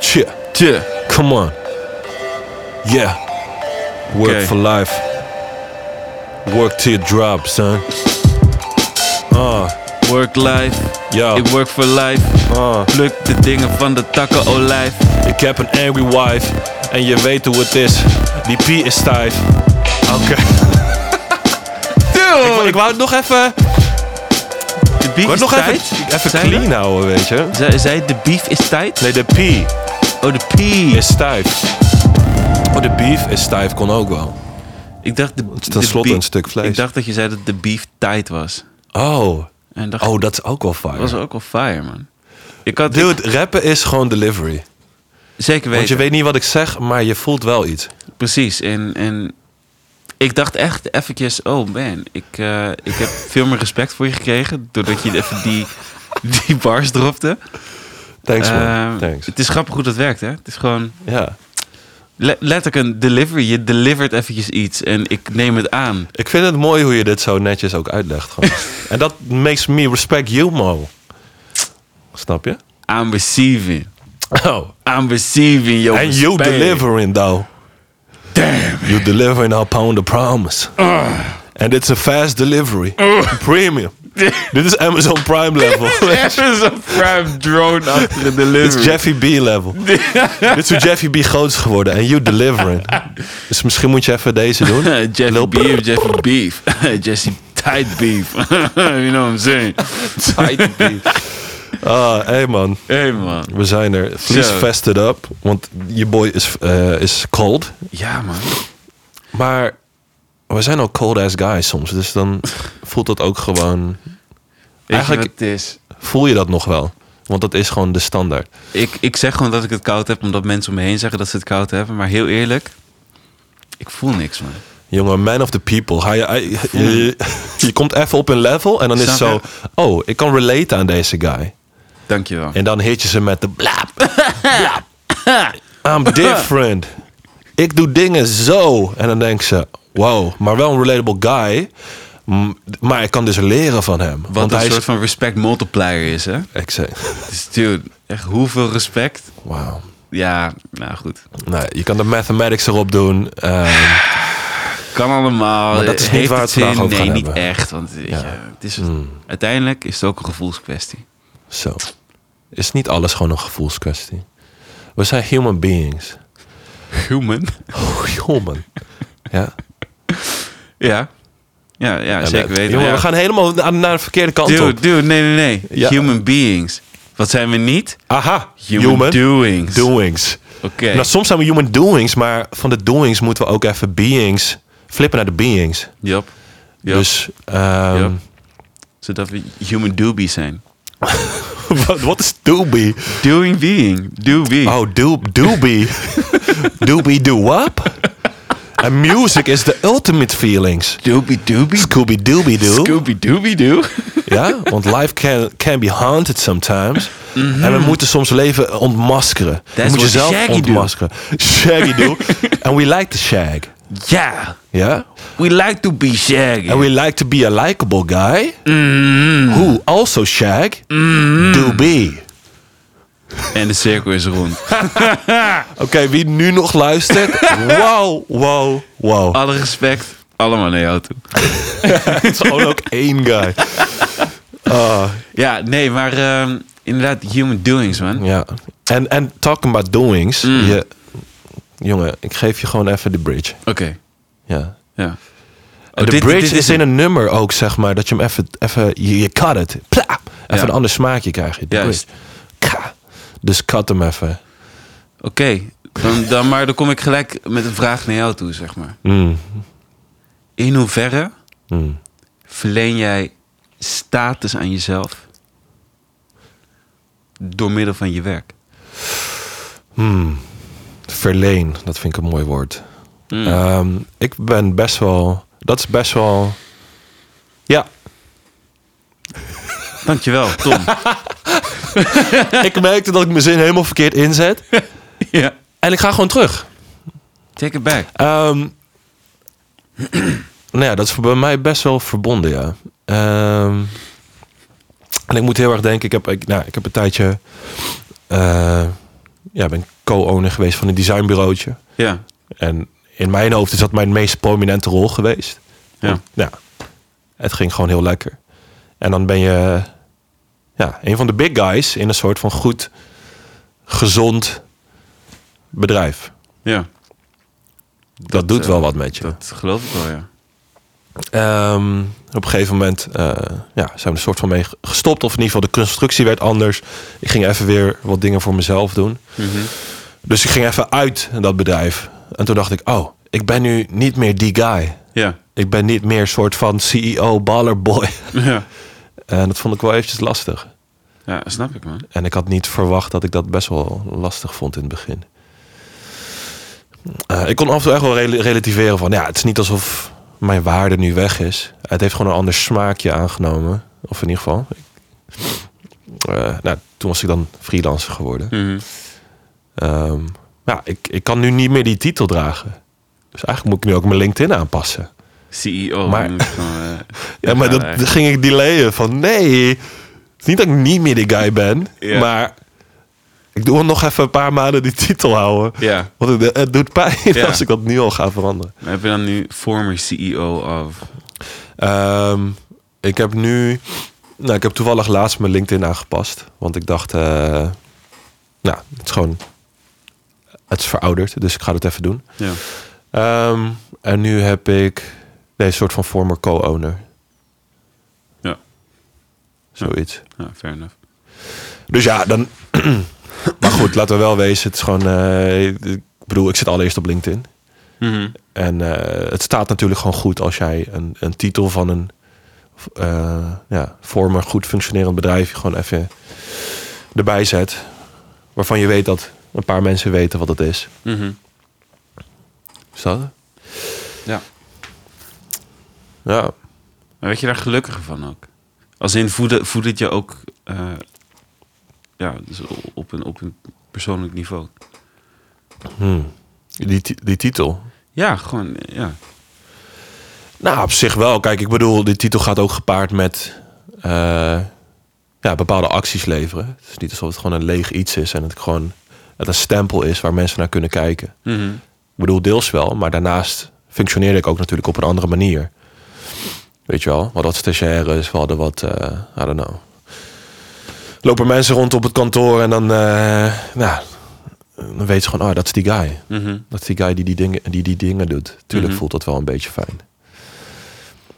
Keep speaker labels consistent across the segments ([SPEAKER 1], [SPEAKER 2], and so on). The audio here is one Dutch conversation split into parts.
[SPEAKER 1] Shit.
[SPEAKER 2] Tje.
[SPEAKER 1] Come on. Yeah. Work
[SPEAKER 2] Okay.
[SPEAKER 1] for life. Work till it drop, son. Ah,
[SPEAKER 2] Work life.
[SPEAKER 1] ja.
[SPEAKER 2] Ik work for life.
[SPEAKER 1] Ah.
[SPEAKER 2] Pluk de dingen van de takken oh olijf.
[SPEAKER 1] Ik heb een angry wife. En je weet hoe het is. Die P is stijf. Oké.
[SPEAKER 2] Dude!
[SPEAKER 1] Ik wou het nog even...
[SPEAKER 2] De
[SPEAKER 1] Ik
[SPEAKER 2] beef is
[SPEAKER 1] wou het nog
[SPEAKER 2] tijd.
[SPEAKER 1] even, even
[SPEAKER 2] Zei je
[SPEAKER 1] clean houden, weet je.
[SPEAKER 2] dat? Zei, zei de beef is tijd?
[SPEAKER 1] Nee, de P
[SPEAKER 2] Oh, de pee.
[SPEAKER 1] is stijf. Oh, de beef is stijf kon ook wel.
[SPEAKER 2] Ik dacht de,
[SPEAKER 1] is tenslotte
[SPEAKER 2] de
[SPEAKER 1] een stuk vlees.
[SPEAKER 2] Ik dacht dat je zei dat de beef tijd was.
[SPEAKER 1] Oh.
[SPEAKER 2] En dacht,
[SPEAKER 1] Oh, dat is ook wel
[SPEAKER 2] dat was
[SPEAKER 1] fire.
[SPEAKER 2] ook wel fire, man. Ik had, ik-
[SPEAKER 1] Dude, rappen is gewoon delivery.
[SPEAKER 2] zeker weten.
[SPEAKER 1] Want je weet niet wat ik zeg, maar je voelt wel iets.
[SPEAKER 2] Precies. En, en ik dacht echt eventjes, oh man, ik, eh, ik heb veel meer respect voor je gekregen. Doordat je even die, die bars dropte.
[SPEAKER 1] Thanks man,
[SPEAKER 2] Ehm,
[SPEAKER 1] thanks.
[SPEAKER 2] Het is grappig hoe dat werkt, hè? Het is gewoon
[SPEAKER 1] Ja.
[SPEAKER 2] le- letterlijk een delivery. Je delivert eventjes iets en ik neem het aan.
[SPEAKER 1] Ik vind het mooi hoe je dit zo netjes ook uitlegt. Gewoon. en dat makes me respect you more. Snap je?
[SPEAKER 2] I'm receiving.
[SPEAKER 1] Oh.
[SPEAKER 2] I'm receiving your
[SPEAKER 1] And you
[SPEAKER 2] respect.
[SPEAKER 1] delivering though. Damn. You delivering upon the promise. And it's a fast delivery. Premium. Dit is Amazon Prime level.
[SPEAKER 2] Amazon Prime drone achter
[SPEAKER 1] Dit
[SPEAKER 2] de
[SPEAKER 1] is
[SPEAKER 2] delivery.
[SPEAKER 1] Jeffy B level. Dit is hoe Jeffy B groot is geworden. En you delivering. dus misschien moet je even deze doen.
[SPEAKER 2] Jeffy
[SPEAKER 1] Lil
[SPEAKER 2] B of Jeffy Beef. Jesse Tight Beef. you know what I'm saying? Tight Beef.
[SPEAKER 1] Ah, hey man.
[SPEAKER 2] Hey man.
[SPEAKER 1] We zijn er. Please
[SPEAKER 2] Zo.
[SPEAKER 1] vested up. Want je boy is, eh, is cold.
[SPEAKER 2] Ja man.
[SPEAKER 1] Maar we zijn ook cold ass guys soms. Dus dan voelt dat ook gewoon...
[SPEAKER 2] Weet
[SPEAKER 1] Eigenlijk-
[SPEAKER 2] je wat het is?
[SPEAKER 1] Voel je dat nog wel? Want dat is gewoon de standaard.
[SPEAKER 2] Ik, ik zeg gewoon dat ik het koud heb omdat mensen om me heen zeggen dat ze het koud hebben. Maar heel eerlijk, ik voel niks man.
[SPEAKER 1] Jongen, man of the people. Ga je, je, je komt even op een level en dan is het zo...
[SPEAKER 2] Hmm. Snap
[SPEAKER 1] Oh, ik kan relate aan deze guy.
[SPEAKER 2] Dankjewel.
[SPEAKER 1] En dan hit je ze met de blap. blap. I'm different. Ik doe dingen zo. En dan denk ze, wow, maar wel een relatable guy. Mm, Maar ik kan dus leren van hem.
[SPEAKER 2] Wat een
[SPEAKER 1] hij
[SPEAKER 2] soort van respect multiplier is hè.
[SPEAKER 1] Ik zei,
[SPEAKER 2] Dus dude, echt hoeveel respect.
[SPEAKER 1] wauw.
[SPEAKER 2] Ja, nou goed.
[SPEAKER 1] Nou, je kan de mathematics erop doen. Ehm,
[SPEAKER 2] Kan allemaal.
[SPEAKER 1] Maar dat is niet
[SPEAKER 2] Heeft
[SPEAKER 1] waar we het vandaag
[SPEAKER 2] zin?
[SPEAKER 1] over
[SPEAKER 2] Nee,
[SPEAKER 1] gaan
[SPEAKER 2] niet
[SPEAKER 1] hebben. Hmm.
[SPEAKER 2] echt. Want weet je, het is, uiteindelijk is het ook een gevoelskwestie.
[SPEAKER 1] Zo. Is niet alles gewoon een gevoelskwestie? We zijn human beings.
[SPEAKER 2] Human.
[SPEAKER 1] Oh, human. Ja,
[SPEAKER 2] Ja. Ja, ja,
[SPEAKER 1] Ja,
[SPEAKER 2] zeker
[SPEAKER 1] dat-
[SPEAKER 2] weten.
[SPEAKER 1] Jongen,
[SPEAKER 2] ja.
[SPEAKER 1] we gaan helemaal na- naar de verkeerde kant
[SPEAKER 2] dude,
[SPEAKER 1] op.
[SPEAKER 2] dude, nee, nee, nee.
[SPEAKER 1] Ja.
[SPEAKER 2] Human beings. Wat zijn we niet?
[SPEAKER 1] Aha,
[SPEAKER 2] Human, doings.
[SPEAKER 1] doings.
[SPEAKER 2] Oké.
[SPEAKER 1] Nou, soms zijn we human doings, maar van de doings moeten we ook even beings flippen naar de beings.
[SPEAKER 2] Yup. Yup.
[SPEAKER 1] Dus ehm,
[SPEAKER 2] Yup. Zodat we human doobies zijn.
[SPEAKER 1] wat- wat is doobie?
[SPEAKER 2] Doing being. Doobie.
[SPEAKER 1] Oh, do, doobie. doobie doop. En music is the ultimate feelings.
[SPEAKER 2] Doobie doobie.
[SPEAKER 1] Scooby dooby doo.
[SPEAKER 2] Scooby dooby doo.
[SPEAKER 1] Ja, want life can, can be haunted sometimes. En we moeten soms leven ontmaskeren. we
[SPEAKER 2] Mhm. That's
[SPEAKER 1] moeten
[SPEAKER 2] what
[SPEAKER 1] jezelf
[SPEAKER 2] Shaggy do.
[SPEAKER 1] ontmaskeren. Shaggy do. And we like the shag.
[SPEAKER 2] yeah.
[SPEAKER 1] Ja?
[SPEAKER 2] We like to be shaggy.
[SPEAKER 1] And we like to be a likable guy.
[SPEAKER 2] Mm-hmm.
[SPEAKER 1] Who also shag. Do be.
[SPEAKER 2] En de cirkel is rond.
[SPEAKER 1] Oké, wie nu nog luistert. wow, wow, wow.
[SPEAKER 2] Alle respect. Allemaal naar jou toe.
[SPEAKER 1] Het is gewoon ook één guy. Ah,
[SPEAKER 2] Ja, nee, maar ehm, inderdaad, human doings, man.
[SPEAKER 1] ja. En, en talking about doings.
[SPEAKER 2] Mm.
[SPEAKER 1] Je, jongen, ik geef je gewoon even de bridge.
[SPEAKER 2] Oké,
[SPEAKER 1] Ja.
[SPEAKER 2] ja.
[SPEAKER 1] De
[SPEAKER 2] Oh, dit-
[SPEAKER 1] bridge
[SPEAKER 2] dit
[SPEAKER 1] is in een nummer ook, zeg maar, dat je hem even, even je, je cut het. Pla! Even
[SPEAKER 2] Ja.
[SPEAKER 1] een ander smaakje krijg je. De
[SPEAKER 2] Juist.
[SPEAKER 1] bridge. Ka. Dus cut hem even.
[SPEAKER 2] Oké, dan, dan, maar dan kom ik gelijk met een vraag naar jou toe, zeg maar.
[SPEAKER 1] Mm.
[SPEAKER 2] In hoeverre
[SPEAKER 1] Mm.
[SPEAKER 2] verleen jij status aan jezelf door middel van je werk?
[SPEAKER 1] Mm. Verleen, dat vind ik een mooi woord.
[SPEAKER 2] Mm.
[SPEAKER 1] Ehm, ik ben best wel, dat is best wel, ja,
[SPEAKER 2] Dankjewel, Tom.
[SPEAKER 1] ik merkte dat ik mijn zin helemaal verkeerd inzet.
[SPEAKER 2] ja.
[SPEAKER 1] En ik ga gewoon terug.
[SPEAKER 2] Take it back.
[SPEAKER 1] Ehm, nou ja, dat is bij mij best wel verbonden, ja. Ehm, en ik moet heel erg denken, ik heb, ik, nou, ik heb een tijdje eh, ja, ben co-owner geweest van een designbureautje.
[SPEAKER 2] Ja.
[SPEAKER 1] En in mijn hoofd is dat mijn meest prominente rol geweest.
[SPEAKER 2] Ja.
[SPEAKER 1] Ja, het ging gewoon heel lekker. En dan ben je ja, een van de big guys in een soort van goed, gezond bedrijf.
[SPEAKER 2] Ja.
[SPEAKER 1] Dat, doet
[SPEAKER 2] eh,
[SPEAKER 1] wel wat met je.
[SPEAKER 2] Dat geloof ik wel, ja.
[SPEAKER 1] Ehm, op een gegeven moment eh, ja, zijn we er soort van mee gestopt. Of in ieder geval de constructie werd anders. Ik ging even weer wat dingen voor mezelf doen.
[SPEAKER 2] Mhm.
[SPEAKER 1] Dus ik ging even uit dat bedrijf. En toen dacht ik, oh, ik ben nu niet meer die guy.
[SPEAKER 2] Ja.
[SPEAKER 1] Ik ben niet meer soort van CEO, baller boy.
[SPEAKER 2] Ja.
[SPEAKER 1] En dat vond ik wel eventjes lastig.
[SPEAKER 2] Ja, snap ik, man.
[SPEAKER 1] En ik had niet verwacht dat ik dat best wel lastig vond in het begin. Eh, ik kon af en toe echt wel rel- relativeren van... ja, het is niet alsof mijn waarde nu weg is. Het heeft gewoon een ander smaakje aangenomen. Of in ieder geval... Ik, Eh, nou, toen was ik dan freelancer geworden.
[SPEAKER 2] Mhm.
[SPEAKER 1] Ehm, ja, ik, ik kan nu niet meer die titel dragen. Dus eigenlijk moet ik nu ook mijn LinkedIn aanpassen.
[SPEAKER 2] CEO.
[SPEAKER 1] Maar-
[SPEAKER 2] moet ik gewoon, eh,
[SPEAKER 1] Ja, maar
[SPEAKER 2] ja,
[SPEAKER 1] dat
[SPEAKER 2] eigenlijk.
[SPEAKER 1] ging ik delayen van nee. Het is niet dat ik niet meer die guy ben,
[SPEAKER 2] Ja.
[SPEAKER 1] maar ik doe nog even een paar maanden die titel houden.
[SPEAKER 2] Ja.
[SPEAKER 1] Want het, het doet pijn
[SPEAKER 2] Ja.
[SPEAKER 1] als ik dat nu al ga veranderen.
[SPEAKER 2] Maar Heb je dan nu former CEO of...
[SPEAKER 1] Ehm, ik heb nu, nou, ik heb toevallig laatst mijn LinkedIn aangepast, want ik dacht, eh, nou, het is gewoon, het is verouderd, dus ik ga dat even doen.
[SPEAKER 2] Ja.
[SPEAKER 1] Ehm, en nu heb ik deze soort van former co-owner,
[SPEAKER 2] Ja.
[SPEAKER 1] zoiets.
[SPEAKER 2] ja, fair enough.
[SPEAKER 1] Dus ja, dan. maar goed, laten we wel wezen. Het is gewoon. eh, ik bedoel, ik zit allereerst op LinkedIn.
[SPEAKER 2] Mhm.
[SPEAKER 1] En eh, het staat natuurlijk gewoon goed als jij een, een titel van een. eh ja, former goed functionerend bedrijf gewoon even erbij zet. Waarvan je weet dat een paar mensen weten wat het is.
[SPEAKER 2] Mhm.
[SPEAKER 1] Is dat? het?
[SPEAKER 2] Ja.
[SPEAKER 1] Ja.
[SPEAKER 2] Maar werd je daar gelukkiger van ook? Als in, voelde, voelde het je ook eh, ja, dus op, een, op een persoonlijk niveau?
[SPEAKER 1] Hmm. Die, ti- die titel.
[SPEAKER 2] Ja, gewoon, ja.
[SPEAKER 1] Nou, op zich wel. Kijk, ik bedoel, die titel gaat ook gepaard met eh, ja, bepaalde acties leveren. Het is niet alsof het gewoon een leeg iets is en het gewoon het een stempel is waar mensen naar kunnen kijken.
[SPEAKER 2] Mhm.
[SPEAKER 1] Ik bedoel, deels wel, maar daarnaast functioneerde ik ook natuurlijk op een andere manier. Weet je wel, we hadden wat stagiaires, we hadden wat, eh I don't know. Lopen mensen rond op het kantoor en dan, eh, nou, dan weten ze gewoon, oh, dat is die guy.
[SPEAKER 2] Mhm.
[SPEAKER 1] Dat is die guy die die dingen, die die dingen doet. Tuurlijk
[SPEAKER 2] Mhm.
[SPEAKER 1] voelt dat wel een beetje fijn.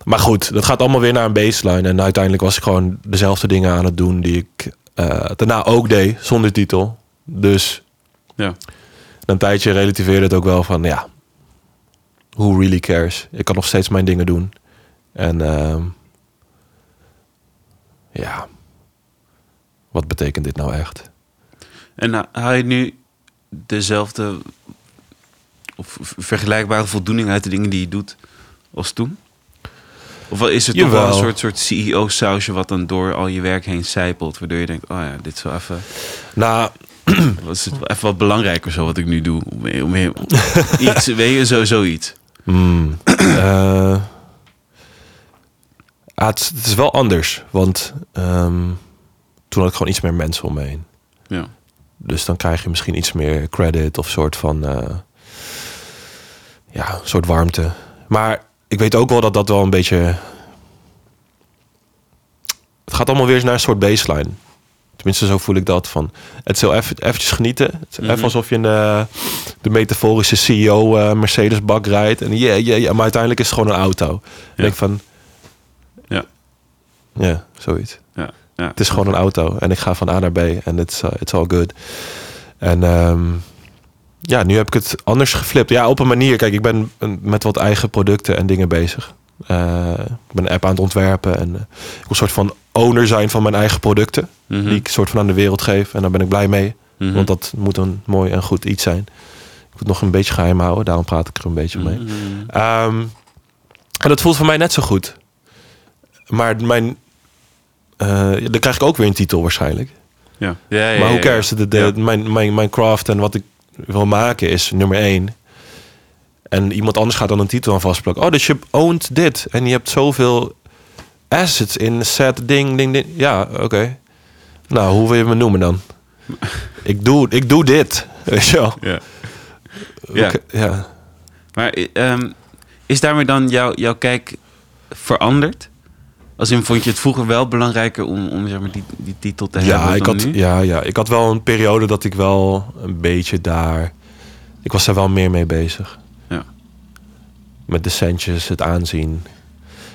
[SPEAKER 1] Maar goed, dat gaat allemaal weer naar een baseline. En uiteindelijk was ik gewoon dezelfde dingen aan het doen die ik eh, daarna ook deed, zonder titel. Dus
[SPEAKER 2] Ja.
[SPEAKER 1] na een tijdje relativeerde het ook wel van, ja, who really cares? Ik kan nog steeds mijn dingen doen. En ehm, ja, wat betekent dit nou echt?
[SPEAKER 2] En ha- haal je nu dezelfde of v- vergelijkbare voldoening uit de dingen die je doet als toen? Of wel is het toch wel
[SPEAKER 1] Jawel.
[SPEAKER 2] een soort, soort CEO-sausje wat dan door al je werk heen zijpelt? Waardoor je denkt, oh ja, dit is wel even,
[SPEAKER 1] Nou,
[SPEAKER 2] was het wel even wat belangrijker zo wat ik nu doe. Om, om, om, iets, weet je, zo, zoiets.
[SPEAKER 1] Mm. Eh, ah, het, is- het is wel anders, want ehm, toen had ik gewoon iets meer mensen om me heen.
[SPEAKER 2] Ja.
[SPEAKER 1] Dus dan krijg je misschien iets meer credit of soort van... eh, ja, een soort warmte. Maar ik weet ook wel dat dat wel een beetje... Het gaat allemaal weer eens naar een soort baseline. Tenminste, zo voel ik dat. Van, het is heel even, eventjes genieten. Het is
[SPEAKER 2] Mhm.
[SPEAKER 1] Even alsof je een, eh, de metaforische CEO eh, Mercedes-bak rijdt. En yeah, yeah, yeah. Maar uiteindelijk is het gewoon een auto. En ik denk van...
[SPEAKER 2] Ja.
[SPEAKER 1] Ja, zoiets.
[SPEAKER 2] Ja, ja.
[SPEAKER 1] Het is gewoon een auto. En ik ga van A naar B. En it's, eh, it's all good. En ehm, ja, nu heb ik het anders geflipt. Ja, op een manier. Kijk, ik ben een- met wat eigen producten en dingen bezig. Eh, ik ben een app aan het ontwerpen. En eh, ik wil een soort van owner zijn van mijn eigen producten.
[SPEAKER 2] Mhm.
[SPEAKER 1] Die ik soort van aan de wereld geef. En daar ben ik blij mee.
[SPEAKER 2] Mhm.
[SPEAKER 1] Want dat moet een mooi en goed iets zijn. Ik moet het nog een beetje geheim houden. Daarom praat ik er een beetje mee.
[SPEAKER 2] Mhm.
[SPEAKER 1] Ehm, en dat voelt voor mij net zo goed. Maar mijn... eh, dan krijg ik ook weer een titel waarschijnlijk.
[SPEAKER 2] Ja. Ja, ja,
[SPEAKER 1] Maar hoe
[SPEAKER 2] ja, ja.
[SPEAKER 1] cares? De, de-
[SPEAKER 2] Ja.
[SPEAKER 1] mijn, mijn, mijn craft en wat ik wil maken is nummer één. En iemand anders gaat dan een titel aan vastplakken. Oh, dus je owned dit. En je hebt zoveel assets in set ding, ding, ding. Ja, oké. Nou, hoe wil je me noemen dan? Ik doe, ik doe dit. Weet je wel?
[SPEAKER 2] Ja.
[SPEAKER 1] We
[SPEAKER 2] Ja.
[SPEAKER 1] k- ja.
[SPEAKER 2] Maar ehm, is daarmee dan jouw jouw kijk veranderd? Als in, vond je het vroeger wel belangrijker om, om zeg maar, die, die titel te hebben
[SPEAKER 1] Ja, ik
[SPEAKER 2] dan
[SPEAKER 1] had,
[SPEAKER 2] nu?
[SPEAKER 1] ja, ja, ik had wel een periode dat ik wel een beetje daar... Ik was daar wel meer mee bezig.
[SPEAKER 2] Ja.
[SPEAKER 1] Met de centjes, het aanzien.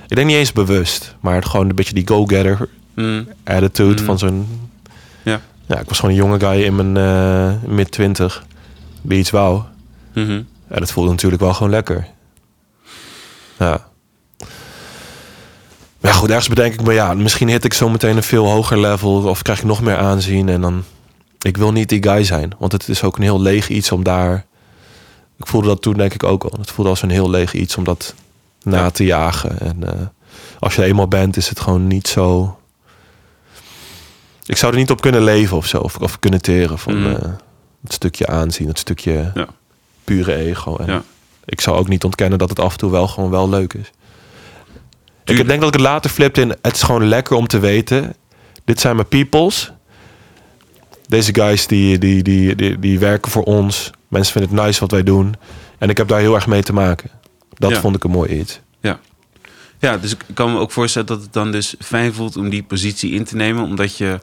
[SPEAKER 1] Ik denk niet eens bewust, maar het gewoon een beetje die go-getter
[SPEAKER 2] Mm,
[SPEAKER 1] attitude
[SPEAKER 2] Mm.
[SPEAKER 1] van zo'n...
[SPEAKER 2] Ja.
[SPEAKER 1] ja. Ik was gewoon een jonge guy in mijn eh, mid-twintig die iets wou.
[SPEAKER 2] mhm.
[SPEAKER 1] Ja, dat voelde natuurlijk wel gewoon lekker. Ja. Maar ja, goed, ergens bedenk ik me, ja, misschien hit ik zo meteen een veel hoger level of krijg ik nog meer aanzien en dan. Ik wil niet die guy zijn, want het is ook een heel leeg iets om daar. Ik voelde dat toen denk ik ook al. Het voelde als een heel leeg iets om dat na
[SPEAKER 2] Ja.
[SPEAKER 1] te jagen. En eh, als je er eenmaal bent, is het gewoon niet zo. Ik zou er niet op kunnen leven of zo, of, of kunnen teren van
[SPEAKER 2] Mhm.
[SPEAKER 1] eh, het stukje aanzien, het stukje
[SPEAKER 2] Ja.
[SPEAKER 1] pure ego. En
[SPEAKER 2] Ja.
[SPEAKER 1] ik zou ook niet ontkennen dat het af en toe wel gewoon wel leuk is. Ik
[SPEAKER 2] Tuurlijk.
[SPEAKER 1] denk dat ik het later flipte in. Het is gewoon lekker om te weten. Dit zijn mijn peoples. Deze guys die, die, die, die, die werken voor ons. Mensen vinden het nice wat wij doen. En ik heb daar heel erg mee te maken. Dat
[SPEAKER 2] Ja.
[SPEAKER 1] vond ik een mooi iets.
[SPEAKER 2] Ja, dus ik kan me ook voorstellen dat het dan dus fijn voelt om die positie in te nemen. Omdat je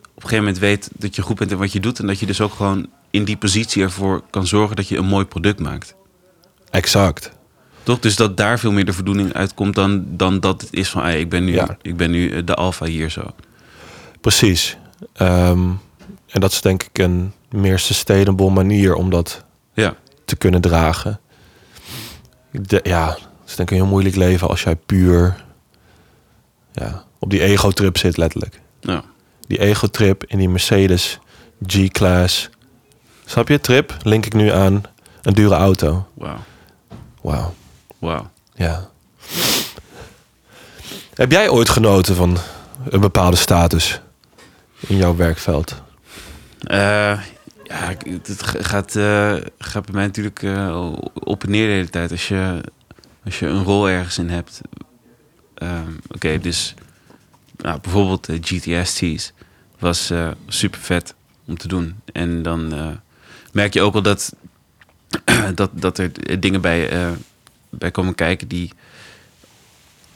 [SPEAKER 2] op een gegeven moment weet dat je goed bent in wat je doet. En dat je dus ook gewoon in die positie ervoor kan zorgen dat je een mooi product maakt.
[SPEAKER 1] Exact.
[SPEAKER 2] Toch? Dus dat daar veel meer de voldoening uitkomt dan, dan dat het is van... "Hey, ik ben nu,
[SPEAKER 1] Ja.
[SPEAKER 2] ik ben nu eh, de alfa hier zo.
[SPEAKER 1] Precies. Ehm, en dat is denk ik een meer sustainable manier om dat
[SPEAKER 2] Ja.
[SPEAKER 1] te kunnen dragen. De- ja, het is denk ik een heel moeilijk leven als jij puur ja, op die ego-trip zit, letterlijk.
[SPEAKER 2] Ja.
[SPEAKER 1] Die ego-trip in die Mercedes G-Class. Snap je? Trip link ik nu aan een dure auto.
[SPEAKER 2] Wauw.
[SPEAKER 1] Wauw,
[SPEAKER 2] Wauw.
[SPEAKER 1] ja. Heb jij ooit genoten van een bepaalde status in jouw werkveld?
[SPEAKER 2] Eh, ja, ik- het het g- gaat, eh, gaat bij mij natuurlijk eh, op en neer de hele tijd. Als je, als je een rol ergens in hebt. Ehm, Oké, dus nou, bijvoorbeeld eh, GTST's was eh, super vet om te doen. En dan eh, merk je ook wel dat, dat, dat er eh, dingen bij, eh, bij komen kijken die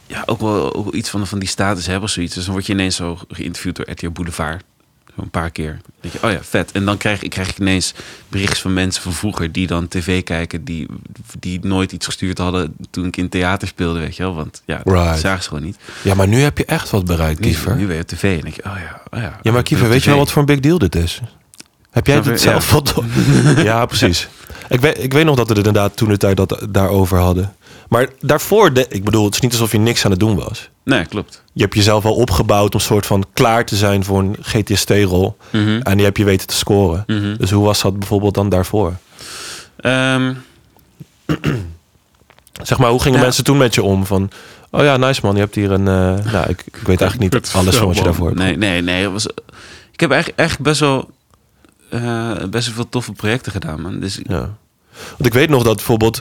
[SPEAKER 2] ja, ook wel ook wel iets van, van die status hebben of zoiets. Dus dan word je ineens zo geïnterviewd door RTL Boulevard. Zo een paar keer. Dan Denk je, oh ja, vet. En dan krijg, ik- krijg ik ineens berichtjes van mensen van vroeger die dan tv kijken, die, die nooit iets gestuurd hadden toen ik in theater speelde, weet je wel. Want ja,
[SPEAKER 1] Right.
[SPEAKER 2] dat zagen ze gewoon niet.
[SPEAKER 1] Ja, maar nu heb je echt wat bereikt,
[SPEAKER 2] Nu,
[SPEAKER 1] Kiefer.
[SPEAKER 2] nu ben je op tv en denk je, oh ja, oh ja.
[SPEAKER 1] Ja, maar
[SPEAKER 2] ik ben
[SPEAKER 1] Kiefer,
[SPEAKER 2] op
[SPEAKER 1] weet
[SPEAKER 2] tv.
[SPEAKER 1] je wel wat voor een big deal dit is? Heb jij
[SPEAKER 2] Snap je?
[SPEAKER 1] dit zelf wel door? ja, precies. Ik weet, ik weet nog dat we het inderdaad toen de tijd dat, daarover hadden. Maar daarvoor, de- ik bedoel, het is niet alsof je niks aan het doen was.
[SPEAKER 2] Nee, klopt.
[SPEAKER 1] Je hebt jezelf al opgebouwd om soort van klaar te zijn voor een GTST-rol.
[SPEAKER 2] Mhm.
[SPEAKER 1] En die heb je weten te scoren.
[SPEAKER 2] Mhm.
[SPEAKER 1] Dus hoe was dat bijvoorbeeld dan daarvoor?
[SPEAKER 2] Ehm,
[SPEAKER 1] Zeg maar, hoe gingen
[SPEAKER 2] Ja.
[SPEAKER 1] mensen toen met je om? Van, oh ja, nice man, je hebt hier een... eh, nou, ik, ik weet eigenlijk niet alles van wat je daarvoor hebt.
[SPEAKER 2] Nee, nee, nee. het Was, ik heb eigenlijk, eigenlijk best wel eh, best wel veel toffe projecten gedaan, man. Dus
[SPEAKER 1] Ja. Want ik weet nog dat bijvoorbeeld.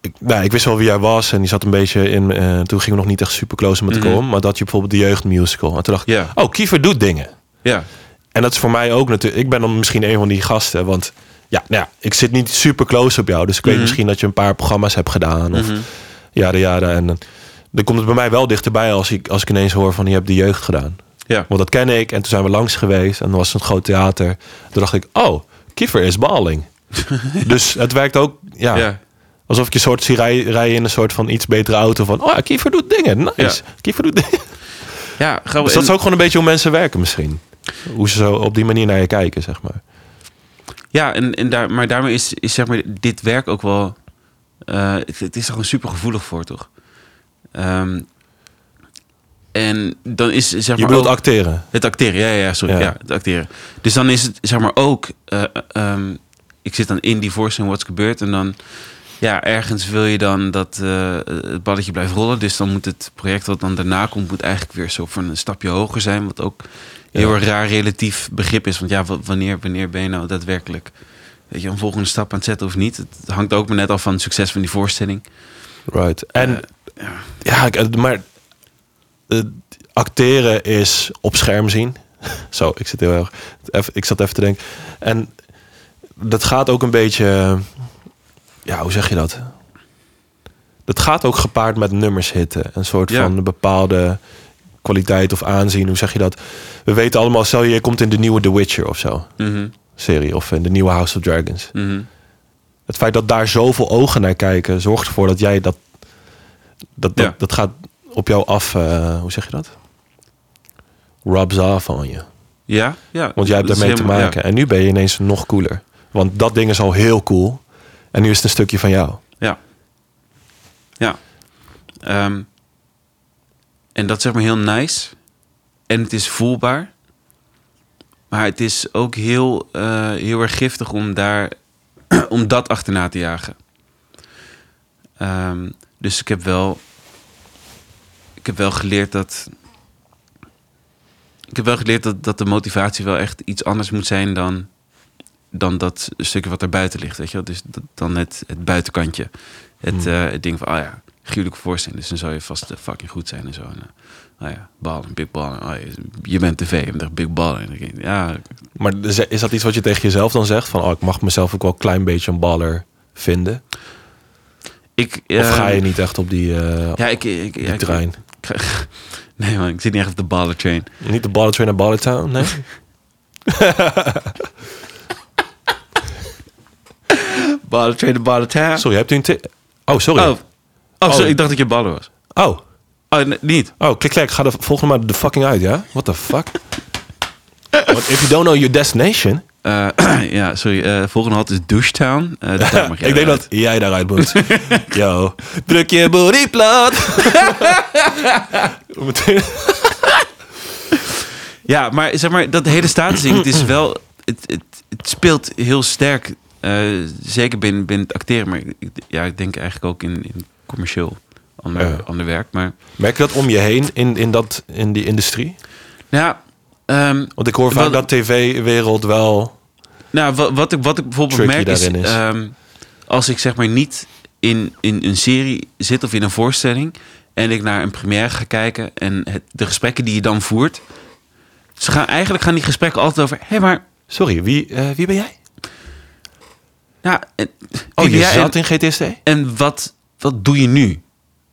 [SPEAKER 1] Ik, nou, ik wist wel wie jij was en die zat een beetje in. eh, toen ging we nog niet echt super close met
[SPEAKER 2] Mhm.
[SPEAKER 1] elkaar om, Maar dat je bijvoorbeeld de jeugdmusical. En toen dacht ik,
[SPEAKER 2] ja,
[SPEAKER 1] oh, Kiefer doet dingen.
[SPEAKER 2] ja,
[SPEAKER 1] En dat is voor mij ook natuurlijk. Ik ben dan misschien een van die gasten. Want ja, nou ja ik zit niet super close op jou. Dus ik weet
[SPEAKER 2] Mhm.
[SPEAKER 1] misschien dat je een paar programma's hebt gedaan. Of
[SPEAKER 2] mhm.
[SPEAKER 1] jaren, jaren. En dan- dan komt het bij mij wel dichterbij als ik, als ik ineens hoor van je hebt de jeugd gedaan.
[SPEAKER 2] ja,
[SPEAKER 1] Want dat ken ik. En toen zijn we langs geweest. En dan was het een groot theater. Toen dacht ik, oh, Kiefer is baling. dus het werkt ook.
[SPEAKER 2] ja, ja,
[SPEAKER 1] Alsof ik je soort zie rij- rijden in een soort van iets betere auto. Van, oh ja, Kiefer doet dingen. Nice. Kiefer doet dingen.
[SPEAKER 2] grappig.
[SPEAKER 1] Dus dat is ook gewoon een beetje hoe mensen werken misschien. Hoe ze zo op die manier naar je kijken, zeg maar.
[SPEAKER 2] Ja, en, en daar, maar daarmee is, is zeg maar dit werk ook wel. eh, het, het is er gewoon super gevoelig voor, toch? Ehm, en dan is zeg maar.
[SPEAKER 1] je bedoelt
[SPEAKER 2] ook-
[SPEAKER 1] acteren.
[SPEAKER 2] Het acteren, ja, ja, sorry.
[SPEAKER 1] Ja.
[SPEAKER 2] Ja. het acteren. Dus dan is het, zeg maar, ook... eh, ehm, ik zit dan in die voorstelling What's Gebeurd... en dan, ja, ergens wil je dan dat eh, het balletje blijft rollen... dus dan moet het project wat dan daarna komt... moet eigenlijk weer zo van een stapje hoger zijn... wat ook heel
[SPEAKER 1] Ja.
[SPEAKER 2] erg raar relatief begrip is. Want ja, wa- wanneer, wanneer ben je nou daadwerkelijk... weet je, een volgende stap aan het zetten of niet? Het hangt ook maar net af van het succes van die voorstelling.
[SPEAKER 1] Right. En ja, ik- maar eh, acteren is op scherm zien. Zo, ik zit heel erg. even- Ik zat even te denken. En dat gaat ook een beetje. eh, Ja, hoe zeg je dat? Dat gaat ook gepaard met nummers hitten. Een soort
[SPEAKER 2] Ja.
[SPEAKER 1] van bepaalde kwaliteit of aanzien. Hoe zeg je dat? We weten allemaal, stel je komt in de nieuwe The Witcher of zo.
[SPEAKER 2] Mhm,
[SPEAKER 1] Serie. Of in de nieuwe House of Dragons.
[SPEAKER 2] mhm.
[SPEAKER 1] Het feit dat daar zoveel ogen naar kijken, zorgt ervoor dat jij dat. Dat, dat,
[SPEAKER 2] Ja.
[SPEAKER 1] dat gaat op jou af. eh, hoe zeg je dat? Rubs af van je.
[SPEAKER 2] Ja, ja.
[SPEAKER 1] Want jij hebt
[SPEAKER 2] dat is
[SPEAKER 1] daarmee te
[SPEAKER 2] helemaal-
[SPEAKER 1] maken. En nu ben je ineens nog cooler. Want dat ding is al heel cool. En nu is het een stukje van jou.
[SPEAKER 2] Ja. Ja. Ehm, en dat is zeg maar heel nice. En het is voelbaar. Maar het is ook heel, eh, heel erg giftig om, daar, om dat achterna te jagen. Ehm, dus ik heb wel... Ik heb wel geleerd dat... Ik heb wel geleerd dat, dat de motivatie wel echt iets anders moet zijn dan dan dat stukje wat erbuiten ligt. Weet je wel? Dus dat- dan het, het buitenkantje. Het,
[SPEAKER 1] Hmm.
[SPEAKER 2] eh, het ding van, ah ja, gruwelijke voorstelling. Dus dan zou je vast eh, fucking goed zijn en zo. En, eh, ah ja, ballen, big ballen. Ah, je, je bent tv, je bent big ballen. En dan denk ik, Ja,
[SPEAKER 1] Maar is is dat iets wat je tegen jezelf dan zegt? Van oh, ik mag mezelf ook wel een klein beetje een baller vinden.
[SPEAKER 2] ik...
[SPEAKER 1] of
[SPEAKER 2] eh,
[SPEAKER 1] ga je niet echt op die, eh,
[SPEAKER 2] Ja, ik... ik,
[SPEAKER 1] die
[SPEAKER 2] ja, ik-
[SPEAKER 1] trein?
[SPEAKER 2] ik- nee man, ik zit niet echt op de baller train.
[SPEAKER 1] Niet de baller train naar Baller Town? Nee.
[SPEAKER 2] Baller train, de baller town.
[SPEAKER 1] Sorry, hebt u een. ti- Oh, sorry.
[SPEAKER 2] Oh,
[SPEAKER 1] Oh,
[SPEAKER 2] oh, sorry,
[SPEAKER 1] Oh.
[SPEAKER 2] ik dacht dat je ballen was.
[SPEAKER 1] oh.
[SPEAKER 2] Oh, nee, niet.
[SPEAKER 1] klik, klik. Ga de volgende maar de fucking uit, ja? What the fuck? What, if you don't know your destination.
[SPEAKER 2] Eh, ja, sorry. eh volgende halt is Douche Town. Eh, daar mag jij
[SPEAKER 1] ik denk
[SPEAKER 2] uit.
[SPEAKER 1] dat jij daaruit moet. Yo, druk je booty plat. Meteen-
[SPEAKER 2] Ja, maar zeg maar, dat hele statusding, het is wel... Het, het, het speelt heel sterk, eh, zeker binnen, binnen het acteren. Maar ik- ik- ja, ik denk eigenlijk ook in, in commercieel ander,
[SPEAKER 1] Ja.
[SPEAKER 2] ander werk. Maar
[SPEAKER 1] Merk je dat om je heen in, in, dat, in die industrie?
[SPEAKER 2] nou ja, ehm,
[SPEAKER 1] Want ik hoor vaak
[SPEAKER 2] Wel-
[SPEAKER 1] dat tv-wereld wel...
[SPEAKER 2] nou, wat, wat, ik, wat ik bijvoorbeeld
[SPEAKER 1] Tricky
[SPEAKER 2] merk is...
[SPEAKER 1] daarin is.
[SPEAKER 2] ehm, als ik zeg maar niet in, in een serie zit of in een voorstelling... en ik naar een première ga kijken en het, de gesprekken die je dan voert... Ze gaan, eigenlijk gaan die gesprekken altijd over... Hé, hey, maar...
[SPEAKER 1] Sorry, wie, eh, wie ben jij?
[SPEAKER 2] Nou, en,
[SPEAKER 1] Oh, je
[SPEAKER 2] ja, en-
[SPEAKER 1] zat in GTSD?
[SPEAKER 2] En wat, wat doe je nu?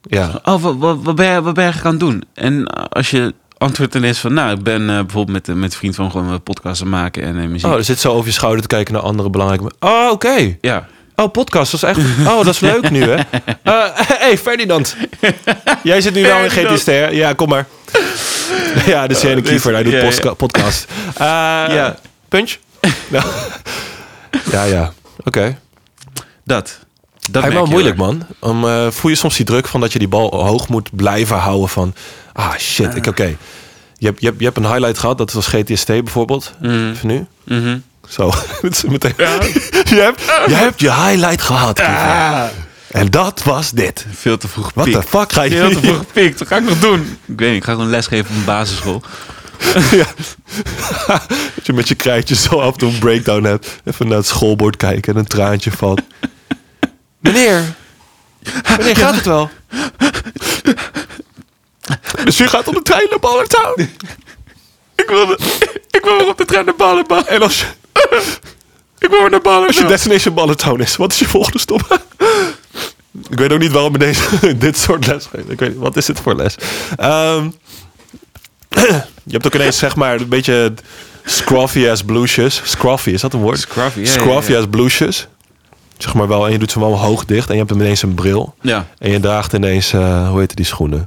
[SPEAKER 1] Ja.
[SPEAKER 2] Oh, wat, wat, wat, ben je, wat ben je gaan doen? En eh, als je antwoord dan is van... Nou, ik ben eh, bijvoorbeeld met, een- met een vriend van gewoon een podcast aan het maken en eh, muziek.
[SPEAKER 1] Oh, er zit zo over je schouder te kijken naar andere belangrijke... Oh, oké.
[SPEAKER 2] Ja.
[SPEAKER 1] Oh, podcast, dat is echt... Oh, dat is leuk nu, hè? Eh, hey, Ferdinand. Jij zit nu wel in
[SPEAKER 2] Ferdinand.
[SPEAKER 1] GTSD, hè? Ja, kom maar. ja, de Sjane Kiefer, hij doet
[SPEAKER 2] ja, ja.
[SPEAKER 1] postka- podcast. Eh,
[SPEAKER 2] Ja.
[SPEAKER 1] Punch? Nou. ja, ja. Oké.
[SPEAKER 2] Dat.
[SPEAKER 1] Hij
[SPEAKER 2] Dat merk
[SPEAKER 1] wel
[SPEAKER 2] je
[SPEAKER 1] moeilijk,
[SPEAKER 2] heel
[SPEAKER 1] man. Om, eh, voel je soms die druk van dat je die bal hoog moet blijven houden van... Ah, shit, ik oké. Je, hebt, je, hebt, je hebt een highlight gehad, dat was GTST bijvoorbeeld. Even nu.
[SPEAKER 2] erg. Mhm.
[SPEAKER 1] Zo, dit is meteen... je, hebt, je
[SPEAKER 2] Ah.
[SPEAKER 1] hebt je highlight gehad, Kiva. En dat was dit.
[SPEAKER 2] Veel te vroeg
[SPEAKER 1] Wat de
[SPEAKER 2] gepiekt.
[SPEAKER 1] fuck ga je...
[SPEAKER 2] Veel te vroeg gepikt. Wat ga ik nog doen? Ik weet niet, ik ga gewoon lesgeven op een basisschool.
[SPEAKER 1] Dat je met je krijtje zo af en toe een breakdown hebt. Even naar het schoolbord kijken en een traantje valt. Meneer. Meneer, gaat het wel? Dus u gaat op de trein naar Ballertown? Ik wil, ik wil weer op de trein naar Ballerbaan. En als je... Ik wil weer naar Ballertown. Als je destination Ballertown is, wat is je volgende stop? ik weet ook niet waarom we deze, dit soort les geven. Ik weet niet, wat is dit voor les? Ehm, je hebt ook ineens, zeg maar, een beetje scruffy-ass blouses. Scruffy, is dat een woord?
[SPEAKER 2] Scruffy, ja, ja, ja.
[SPEAKER 1] Scruffy-ass blouses. Zeg maar wel, en je doet ze wel hoog dicht. En je hebt ineens een bril.
[SPEAKER 2] Ja.
[SPEAKER 1] En je draagt ineens, eh, hoe heet die schoenen?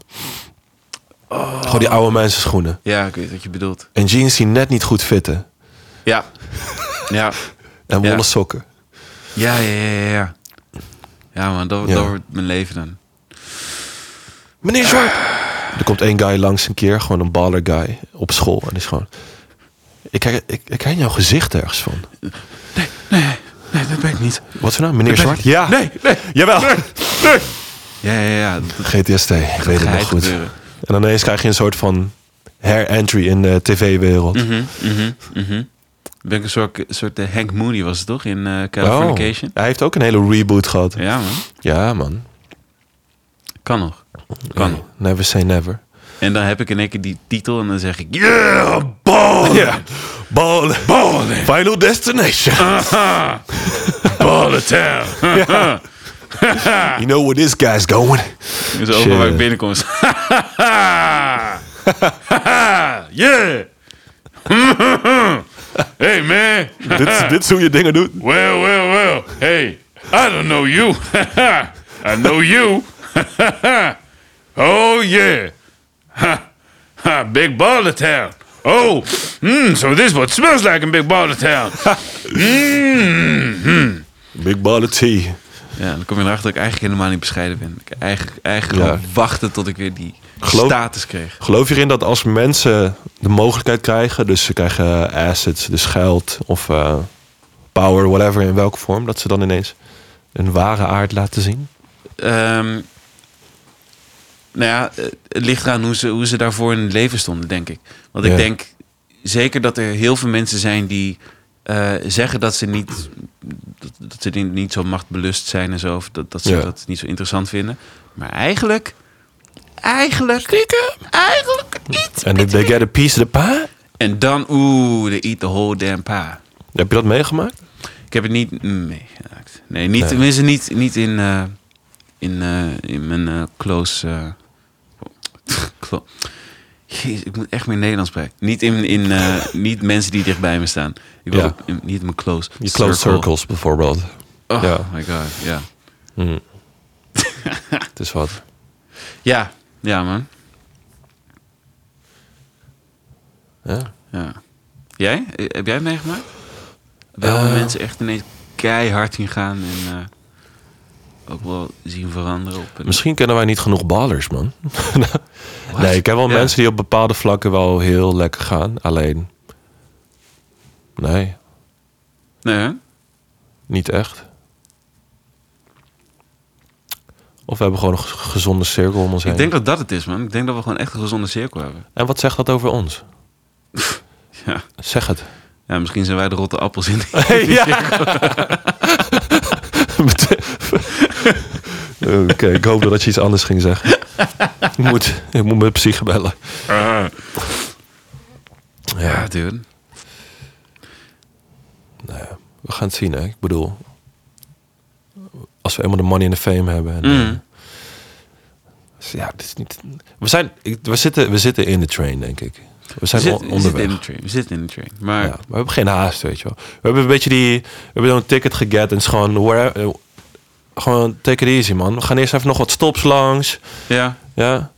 [SPEAKER 2] Oh.
[SPEAKER 1] Gewoon die oude mensen schoenen.
[SPEAKER 2] Ja, ik weet wat je bedoelt.
[SPEAKER 1] En jeans die net niet goed fitten.
[SPEAKER 2] Ja. Ja.
[SPEAKER 1] En
[SPEAKER 2] Ja.
[SPEAKER 1] wollen sokken.
[SPEAKER 2] Ja, ja, ja, ja. Ja, ja man, dat,
[SPEAKER 1] Ja.
[SPEAKER 2] dat wordt mijn leven dan.
[SPEAKER 1] Meneer Zwart! Er komt één guy langs een keer, gewoon een baller guy op school. En die is gewoon... Ik, her- ik, ik ken jouw gezicht ergens van.
[SPEAKER 2] Nee, dat ben ik niet.
[SPEAKER 1] Wat voor nou? Meneer Zwart? Ja.
[SPEAKER 2] Nee, nee.
[SPEAKER 1] Jawel.
[SPEAKER 2] Ja, ja, ja. Dat
[SPEAKER 1] GTST, ik weet het nog
[SPEAKER 2] geheid
[SPEAKER 1] goed.
[SPEAKER 2] gebeuren.
[SPEAKER 1] En dan ineens krijg je een soort van her-entry in de tv-wereld.
[SPEAKER 2] Mhm, mhm, mhm. Ben ik een soort, soort eh, Hank Moody was het toch in eh Californication?
[SPEAKER 1] Oh, hij heeft ook een hele reboot gehad.
[SPEAKER 2] Ja man,
[SPEAKER 1] Ja, man.
[SPEAKER 2] kan nog. Kan nog.
[SPEAKER 1] Never say never.
[SPEAKER 2] En dan heb ik in één keer die titel en dan zeg ik...
[SPEAKER 1] Ja.
[SPEAKER 2] Yeah, ballen!
[SPEAKER 1] Ballen.
[SPEAKER 2] Ballen!
[SPEAKER 1] Final destination.
[SPEAKER 2] Aha! Ballen town! Haha.
[SPEAKER 1] You know where this guy's going.
[SPEAKER 2] Dus overal waar ik
[SPEAKER 1] Shit.
[SPEAKER 2] binnenkom is... yeah! hey man!
[SPEAKER 1] dit, is, dit is hoe je dingen doet.
[SPEAKER 2] Well, well, well. Hey, I don't know you. I know you. oh, yeah. Ha. big baller town. Oh, mm, so this is what smells like in big baller town.
[SPEAKER 1] Big baller tea.
[SPEAKER 2] Ja, dan kom je erachter dat ik eigenlijk helemaal niet bescheiden ben. Ik eigenlijk, eigenlijk
[SPEAKER 1] Ja.
[SPEAKER 2] gewoon wachten tot ik weer die
[SPEAKER 1] Geloof-
[SPEAKER 2] status kreeg.
[SPEAKER 1] Geloof je erin dat als mensen de mogelijkheid krijgen, dus ze krijgen assets, dus geld of eh, power, whatever, in welke vorm, dat ze dan ineens hun ware aard laten zien?
[SPEAKER 2] Ehm, nou ja, eh, het ligt eraan hoe ze, hoe ze daarvoor in het leven stonden, denk ik. Want ik
[SPEAKER 1] Ja.
[SPEAKER 2] denk zeker dat er heel veel mensen zijn die eh, zeggen dat ze niet, dat, dat ze die niet zo machtbelust zijn en zo. Of dat, dat ze
[SPEAKER 1] Ja.
[SPEAKER 2] dat niet zo interessant vinden. Maar eigenlijk, eigenlijk, eigenlijk niet.
[SPEAKER 1] En they get a piece of the pie?
[SPEAKER 2] En dan, oeh, they eat the whole damn pie.
[SPEAKER 1] Heb je dat meegemaakt?
[SPEAKER 2] Ik heb het niet meegemaakt. Nee, niet,
[SPEAKER 1] Nee.
[SPEAKER 2] tenminste niet, niet in, eh, in, eh, in mijn eh, close... eh, clo- Jezus, ik moet echt meer Nederlands spreken. Niet, in, in, eh, niet mensen die dichtbij me staan. Ik bedoel,
[SPEAKER 1] Ja.
[SPEAKER 2] in- niet in mijn close
[SPEAKER 1] Je close
[SPEAKER 2] circle.
[SPEAKER 1] circles bijvoorbeeld.
[SPEAKER 2] Oh
[SPEAKER 1] Ja.
[SPEAKER 2] my god, ja.
[SPEAKER 1] Hm. het is wat.
[SPEAKER 2] Ja, ja man.
[SPEAKER 1] Ja.
[SPEAKER 2] Ja. Jij? Eh, Heb jij het meegemaakt? Wel
[SPEAKER 1] Eh.
[SPEAKER 2] mensen echt ineens keihard in gaan en eh, ook wel zien veranderen op een...
[SPEAKER 1] Misschien kennen wij niet genoeg ballers, man. nee, ik heb wel
[SPEAKER 2] Ja.
[SPEAKER 1] mensen die op bepaalde vlakken wel heel lekker gaan. Alleen, nee,
[SPEAKER 2] Nee, hè?
[SPEAKER 1] Niet echt. Of we hebben gewoon een ge- gezonde cirkel om ons heen.
[SPEAKER 2] Ik denk dat dat het is, man. Ik denk dat we gewoon echt een gezonde cirkel hebben.
[SPEAKER 1] En wat zegt dat over ons?
[SPEAKER 2] Ja.
[SPEAKER 1] Zeg het.
[SPEAKER 2] ja misschien zijn wij de rotte appels in. die-
[SPEAKER 1] ja. Oké, ik hoop dat je iets anders ging zeggen. ik, moet, ik moet mijn psyche bellen.
[SPEAKER 2] Ja,
[SPEAKER 1] Ja,
[SPEAKER 2] dude.
[SPEAKER 1] we gaan het zien, hè. Ik bedoel... Als we eenmaal de money en de fame hebben... En,
[SPEAKER 2] Mm.
[SPEAKER 1] eh, ja, dit is niet... We, zijn, ik- we, zitten, we zitten in de train, denk ik. We
[SPEAKER 2] We,
[SPEAKER 1] zijn
[SPEAKER 2] zitten-
[SPEAKER 1] on-
[SPEAKER 2] we zitten
[SPEAKER 1] onderweg.
[SPEAKER 2] in de train. We zitten in de train. Maar
[SPEAKER 1] Ja, maar we hebben geen haast, weet je wel. We hebben een beetje die... We hebben zo'n ticket geget en het is gewoon... where- eh, gewoon take it easy, man. We gaan eerst even nog wat stops langs.
[SPEAKER 2] ja,
[SPEAKER 1] Ja,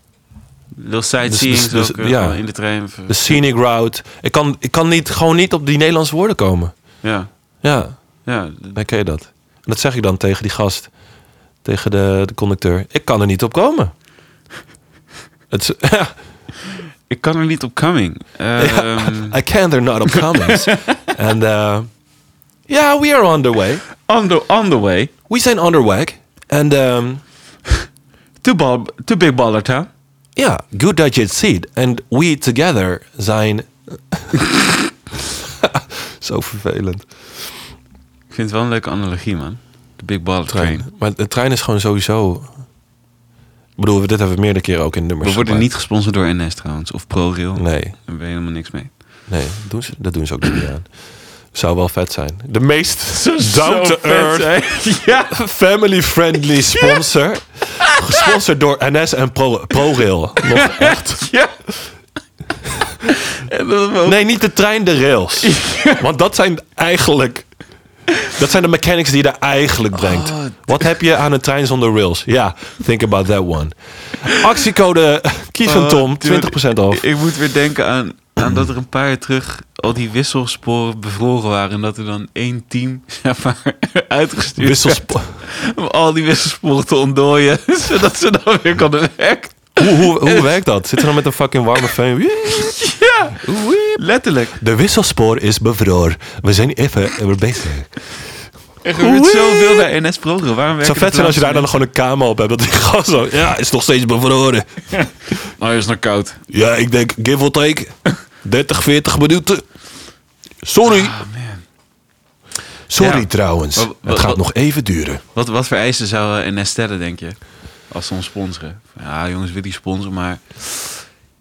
[SPEAKER 2] veel sightseeing
[SPEAKER 1] Dus- dus-
[SPEAKER 2] ook,
[SPEAKER 1] dus-
[SPEAKER 2] eh,
[SPEAKER 1] ja. Dus-
[SPEAKER 2] gewoon in de trein.
[SPEAKER 1] de scenic route. Ik kan, ik kan niet, gewoon niet op die Nederlandse woorden komen.
[SPEAKER 2] Ja,
[SPEAKER 1] Ja,
[SPEAKER 2] ja.
[SPEAKER 1] dan ken je dat. En dat zeg ik dan tegen die gast. Tegen de, de conducteur. Ik kan er niet op komen. Het is, ja,
[SPEAKER 2] Ik kan er niet op coming. Ehm,
[SPEAKER 1] I can't, they're not up comments. En eh, yeah, we are on the way.
[SPEAKER 2] on, the, on the way
[SPEAKER 1] We zijn underway. En ehm,
[SPEAKER 2] to, ball, to Big Baller Town.
[SPEAKER 1] Ja, good that you ziet. En we together zijn. Zo vervelend.
[SPEAKER 2] Ik vind het wel een leuke analogie, man. De Big Baller Train.
[SPEAKER 1] Maar de trein is gewoon sowieso. Ik bedoel, dit hebben we meerdere keren ook in nummers.
[SPEAKER 2] We worden
[SPEAKER 1] gemaakt.
[SPEAKER 2] niet gesponsord door NS trouwens. Of ProRail.
[SPEAKER 1] Nee,
[SPEAKER 2] Daar ben je helemaal niks mee.
[SPEAKER 1] nee dat, doen ze, dat doen ze ook niet aan. Zou wel vet zijn. De meest
[SPEAKER 2] Zo vet,
[SPEAKER 1] down-to-earth,
[SPEAKER 2] hè? ja.
[SPEAKER 1] family-friendly sponsor. Gesponsord door NS en Pro- ProRail. Nog echt.
[SPEAKER 2] Ja. En dat we ook-
[SPEAKER 1] Nee, niet de trein, de rails. Want dat zijn eigenlijk... Dat zijn de mechanics die je daar eigenlijk brengt.
[SPEAKER 2] Oh.
[SPEAKER 1] Wat heb je aan een trein zonder rails? Ja, think about that one. Actiecode Kies van
[SPEAKER 2] Oh,
[SPEAKER 1] Tom,
[SPEAKER 2] dude,
[SPEAKER 1] 20% af.
[SPEAKER 2] Ik moet weer denken aan, aan dat er een paar jaar terug al die wisselsporen bevroren waren. En dat er dan één team zeg maar, uitgestuurd
[SPEAKER 1] Wisselspo-
[SPEAKER 2] werd om al die wisselsporen te ontdooien. zodat ze dan weer konden werken.
[SPEAKER 1] hoe, hoe, hoe werkt dat? Zit er dan met een fucking warme fan?
[SPEAKER 2] Ja, letterlijk.
[SPEAKER 1] De wisselspoor is bevroren. We zijn even bezig.
[SPEAKER 2] Er gebeurt zoveel bij NS Progren. Waarom
[SPEAKER 1] Het zou vet zijn als je daar dan gewoon een kamer op hebt. Dat die gast zo... Ja, is nog steeds bevroren.
[SPEAKER 2] Nou, is nog koud.
[SPEAKER 1] Ja, ik denk, give or take. 30, 40 minuten. Sorry.
[SPEAKER 2] Ah, man.
[SPEAKER 1] Sorry
[SPEAKER 2] Ja.
[SPEAKER 1] trouwens.
[SPEAKER 2] Wat- wat-
[SPEAKER 1] het gaat
[SPEAKER 2] wat-
[SPEAKER 1] nog even duren.
[SPEAKER 2] Wat, wat voor eisen zou eh, NS stellen, denk je? Als ze ons sponsoren. Ja, jongens, wil die sponsoren, maar...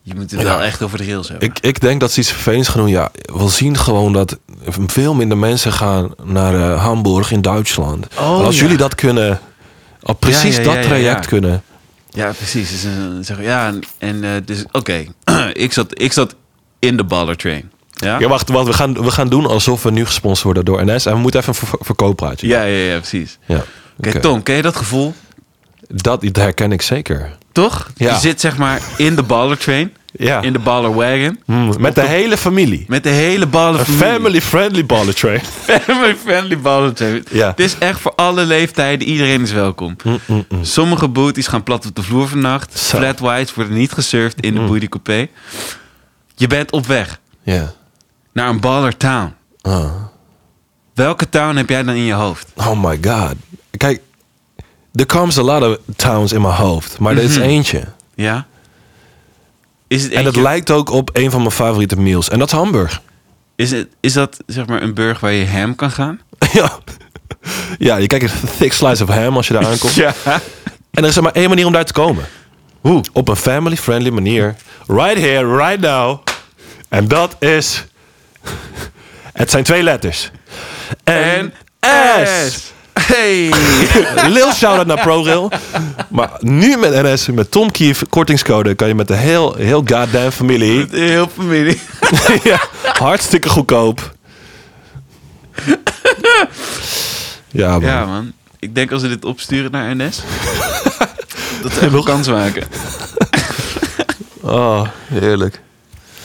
[SPEAKER 2] Je moet het
[SPEAKER 1] Ja.
[SPEAKER 2] wel echt over de rails hebben.
[SPEAKER 1] Ik, ik denk dat ze iets vervelends gaan doen. Ja, we zien gewoon dat veel minder mensen gaan naar eh, Hamburg in Duitsland.
[SPEAKER 2] Oh,
[SPEAKER 1] En als
[SPEAKER 2] ja.
[SPEAKER 1] jullie dat kunnen, al precies
[SPEAKER 2] Ja, ja, ja,
[SPEAKER 1] dat
[SPEAKER 2] ja,
[SPEAKER 1] traject
[SPEAKER 2] ja.
[SPEAKER 1] kunnen.
[SPEAKER 2] Ja, precies. Dus, eh, zeg, ja, en, en, eh, dus oké. ik, zat, ik zat in de baller train. Ja?
[SPEAKER 1] Ja, wacht, want we gaan, we gaan doen alsof we nu gesponsord worden door NS. En we moeten even een ver- verkooppraatje.
[SPEAKER 2] Ja, ja, ja, precies.
[SPEAKER 1] Ja.
[SPEAKER 2] Oké,
[SPEAKER 1] Oké.
[SPEAKER 2] Tom, ken je dat gevoel?
[SPEAKER 1] Dat, dat herken ik zeker.
[SPEAKER 2] Toch?
[SPEAKER 1] Ja.
[SPEAKER 2] Je zit zeg maar in de baller train,
[SPEAKER 1] Ja.
[SPEAKER 2] in de baller wagon,
[SPEAKER 1] Mm, met de hele familie.
[SPEAKER 2] met de hele baller
[SPEAKER 1] Een family-friendly ballet train.
[SPEAKER 2] Family friendly baller train.
[SPEAKER 1] Ja. Mm,
[SPEAKER 2] Het is echt voor alle leeftijden, iedereen is welkom. Sommige booties gaan plat op de vloer vannacht.
[SPEAKER 1] Zo. Mm.
[SPEAKER 2] Flat whites worden niet gesurfd in de booty coupé. Je bent op weg
[SPEAKER 1] Ja.
[SPEAKER 2] naar een baller town.
[SPEAKER 1] Ah.
[SPEAKER 2] Welke town heb jij dan in je hoofd?
[SPEAKER 1] Oh my god. Kijk, er comes a lot of towns in mijn hoofd. Maar dit is eentje.
[SPEAKER 2] Ja? Is het
[SPEAKER 1] En dat
[SPEAKER 2] eentje-
[SPEAKER 1] lijkt ook op een van mijn favoriete meals. En dat is Hamburg.
[SPEAKER 2] is, het, is dat zeg maar een burg waar je hem kan gaan?
[SPEAKER 1] ja. ja, je kijkt een thick slice of ham als je daar aankomt.
[SPEAKER 2] Ja.
[SPEAKER 1] En er is er maar één manier om daar te komen.
[SPEAKER 2] Hoe?
[SPEAKER 1] Op een family-friendly manier. Right here, right now. En dat is... Het zijn twee letters. En... S.
[SPEAKER 2] Hey.
[SPEAKER 1] Lil shout-out naar ProRail. Maar nu met NS, met Tom Kief, kortingscode... kan je met de heel, heel goddamn familie...
[SPEAKER 2] Heel familie.
[SPEAKER 1] ja, hartstikke goedkoop. ja, man.
[SPEAKER 2] Ja, man. Ik denk als we dit opsturen naar NS... dat we echt een kans maken.
[SPEAKER 1] Oh, heerlijk.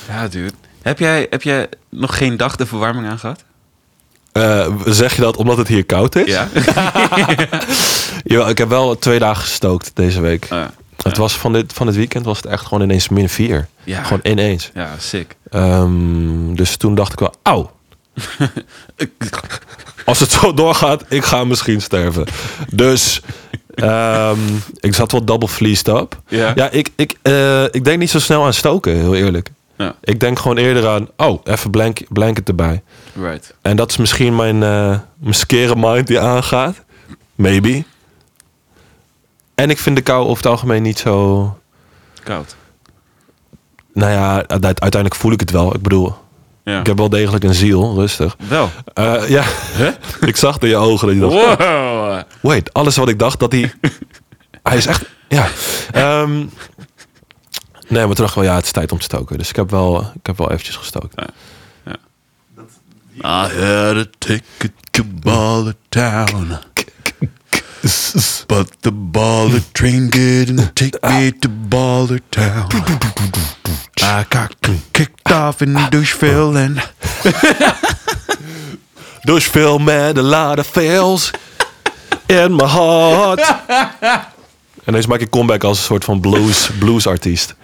[SPEAKER 2] Ja, dude. Heb jij, heb jij nog geen dag de verwarming aan gehad?
[SPEAKER 1] Eh, zeg je dat omdat het hier koud is? Jawel, ik heb wel twee dagen gestookt deze week.
[SPEAKER 2] Ah,
[SPEAKER 1] Het was van dit, van dit weekend was het echt gewoon ineens min 4.
[SPEAKER 2] Ja.
[SPEAKER 1] Gewoon ineens.
[SPEAKER 2] ja, sick.
[SPEAKER 1] Ehm, dus toen dacht ik wel, auw. Als het zo doorgaat, ik ga misschien sterven. Dus ehm, ik zat wel double fleeced up.
[SPEAKER 2] Ja.
[SPEAKER 1] ja ik, ik, eh, ik denk niet zo snel aan stoken, heel eerlijk.
[SPEAKER 2] Ja,
[SPEAKER 1] Ik denk gewoon eerder aan, oh, even blank, blanket erbij.
[SPEAKER 2] right.
[SPEAKER 1] En dat is misschien mijn, eh mijn scare mind die aangaat. Maybe. En ik vind de kou over het algemeen niet zo...
[SPEAKER 2] Koud.
[SPEAKER 1] Nou ja, uite- uiteindelijk voel ik het wel. Ik bedoel,
[SPEAKER 2] Ja.
[SPEAKER 1] ik heb wel degelijk een ziel. Rustig.
[SPEAKER 2] Wel.
[SPEAKER 1] Eh, ja, ik zag door je ogen dat je dacht...
[SPEAKER 2] Wow.
[SPEAKER 1] Wait, alles wat ik dacht dat hij... hij is echt... Ja. Ehm, nee, maar toen dacht ik wel, ja, het is tijd om te stoken. Dus ik heb wel, ik heb wel eventjes gestookt.
[SPEAKER 2] I had a ticket to Baller Town. But the Baller train didn't take me to Baller Town. I got kicked off in Doucheville and...
[SPEAKER 1] Dus veel met a lot of fails in my heart. En deze maak ik comeback als een soort van blues, bluesartiest.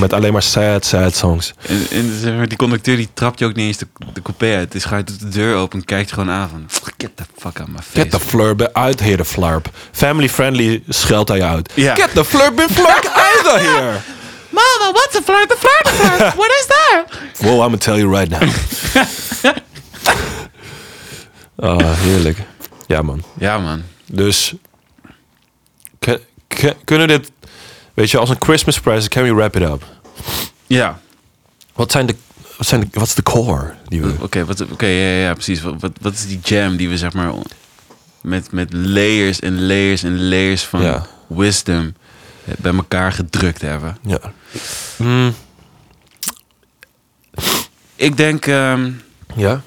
[SPEAKER 1] Met alleen maar sad, sad songs.
[SPEAKER 2] En, en zeg maar, die conducteur die trapt je ook niet eens de, de coupé uit. Dus ga je doet de deur open en kijkt je gewoon aan van... Get the fuck out my face.
[SPEAKER 1] Get the flurb uit here, de flarp. Family friendly scheldt hij uit.
[SPEAKER 2] Ja.
[SPEAKER 1] Get the flurb and flarp out of here.
[SPEAKER 2] Mama, what's a flirt? The flirt, the flirt. What is that?
[SPEAKER 1] Wow, I'm gonna tell you right now. Ah, heerlijk. Ja, man.
[SPEAKER 2] Ja, man.
[SPEAKER 1] Dus ke- ke- kunnen dit, weet je, als een Christmas present, can we wrap it up?
[SPEAKER 2] Ja.
[SPEAKER 1] Wat zijn de, wat zijn de, wat is de core die we?
[SPEAKER 2] Oké, wat, oké, ja, ja, ja, precies. Wat, wat, wat is die jam die we zeg maar met, met layers en layers en layers van
[SPEAKER 1] Ja.
[SPEAKER 2] wisdom bij elkaar gedrukt hebben?
[SPEAKER 1] Ja.
[SPEAKER 2] Ik denk ehm,
[SPEAKER 1] Ja.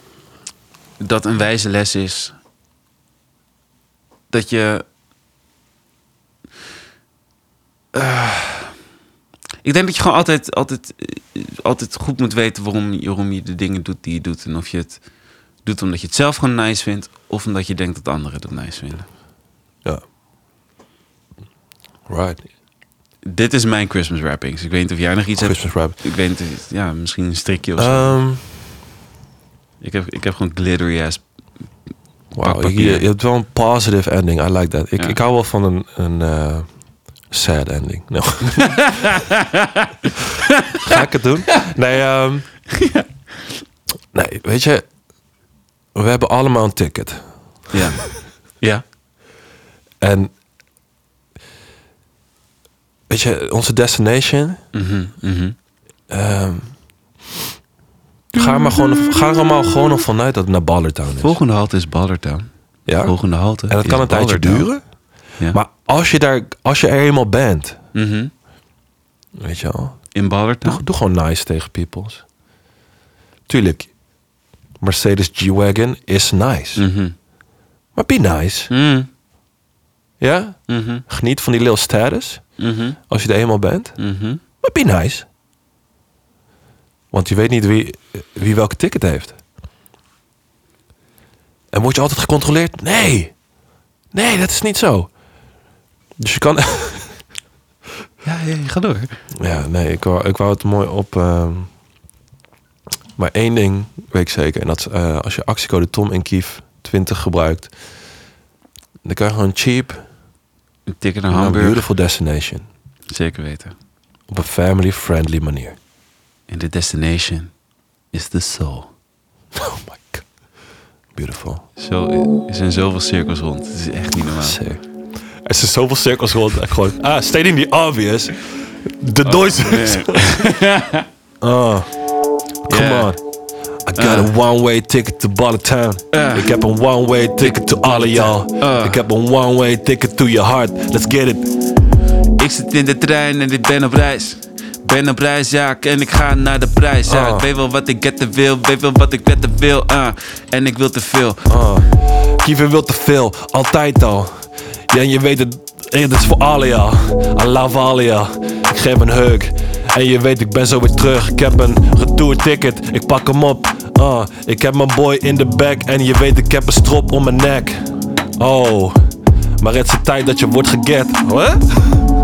[SPEAKER 2] dat een wijze les is dat je. Eh, ik denk dat je gewoon altijd, altijd, eh, altijd goed moet weten waarom, je- waarom je de dingen doet die je doet. En of je het doet omdat je het zelf gewoon nice vindt, of omdat je denkt dat anderen dat nice vinden.
[SPEAKER 1] Ja. Right.
[SPEAKER 2] Dit is mijn Christmas wrappings. Ik weet niet of jij nog iets
[SPEAKER 1] Christmas wrap.
[SPEAKER 2] hebt. Ik weet niet, ja, misschien een strikje of zo.
[SPEAKER 1] Ehm
[SPEAKER 2] ik, heb, ik heb gewoon glittery ass.
[SPEAKER 1] Wauw,
[SPEAKER 2] Pak
[SPEAKER 1] je, je
[SPEAKER 2] papier.
[SPEAKER 1] hebt wel een positive ending. I like that. Ik,
[SPEAKER 2] Ja.
[SPEAKER 1] ik hou wel van een, een eh, sad ending. No. Ga ik het doen? Nee, ehm, nee, weet je, we hebben allemaal een ticket.
[SPEAKER 2] Ja. ja.
[SPEAKER 1] En weet je, onze destination.
[SPEAKER 2] Mhm, mhm.
[SPEAKER 1] ehm, ga, er maar gewoon, ga er allemaal gewoon nog vanuit dat het naar Ballertown is.
[SPEAKER 2] Volgende halte is Ballertown.
[SPEAKER 1] Ja?
[SPEAKER 2] Volgende halte.
[SPEAKER 1] En dat kan
[SPEAKER 2] is
[SPEAKER 1] een tijdje
[SPEAKER 2] Baldertown.
[SPEAKER 1] duren.
[SPEAKER 2] Ja.
[SPEAKER 1] Maar als je, daar, als je er eenmaal bent,
[SPEAKER 2] Mhm.
[SPEAKER 1] weet je wel.
[SPEAKER 2] In Ballertown.
[SPEAKER 1] Doe, doe gewoon nice tegen peoples. Tuurlijk, Mercedes G-Wagon is nice.
[SPEAKER 2] Mhm.
[SPEAKER 1] Maar be nice.
[SPEAKER 2] Mhm.
[SPEAKER 1] Ja?
[SPEAKER 2] Mhm.
[SPEAKER 1] Geniet van die little status.
[SPEAKER 2] Mhm.
[SPEAKER 1] Als je er eenmaal bent.
[SPEAKER 2] Mhm.
[SPEAKER 1] Maar be nice. Want je weet niet wie, wie welke ticket heeft. En word je altijd gecontroleerd? Nee. Nee, dat is niet zo. Dus je kan...
[SPEAKER 2] Ja, ja, ja, ga door.
[SPEAKER 1] Ja, nee, ik wou, ik wou het mooi op. ehm, maar één ding weet ik zeker. En dat is, eh, als je actiecode Tom en Kief 20 gebruikt. Dan kan je gewoon cheap
[SPEAKER 2] Een ticket naar
[SPEAKER 1] naar een
[SPEAKER 2] Hamburg.
[SPEAKER 1] beautiful destination.
[SPEAKER 2] Zeker weten.
[SPEAKER 1] Op een family-friendly manier.
[SPEAKER 2] En de destination is the soul.
[SPEAKER 1] Oh my god. Beautiful.
[SPEAKER 2] Zo, er zijn zoveel cirkels rond. Het is echt niet normaal.
[SPEAKER 1] Sick. Er zijn zoveel cirkels rond. en Gewoon, ah, stating the obvious. De Duitsers. Oh. Come
[SPEAKER 2] Yeah.
[SPEAKER 1] on. I got a one-way ticket to Ballertown.
[SPEAKER 2] Eh.
[SPEAKER 1] Ik heb een one-way ticket to alle y'all.
[SPEAKER 2] Eh.
[SPEAKER 1] Ik heb een one-way ticket to your heart. Let's get it.
[SPEAKER 2] Ik zit in de trein en ik ben op reis. Ben op reis, ja, en ik ga naar de prijs. Ja,
[SPEAKER 1] Ah.
[SPEAKER 2] ik weet wel wat ik getten wil, weet wel wat ik wetten wil. ah. En ik wil te veel.
[SPEAKER 1] Oh. Kieven wil te veel, altijd al. Ja, en je weet het, hey, dit is voor alle y'all. I love alle y'all. Ik geef een hug. En je weet, ik ben zo weer terug. Ik heb een retour ticket, ik pak hem op. Ah, ik heb mijn boy in de back. En je weet, ik heb een strop om mijn nek. Oh, maar het is de tijd dat je wordt geget. What?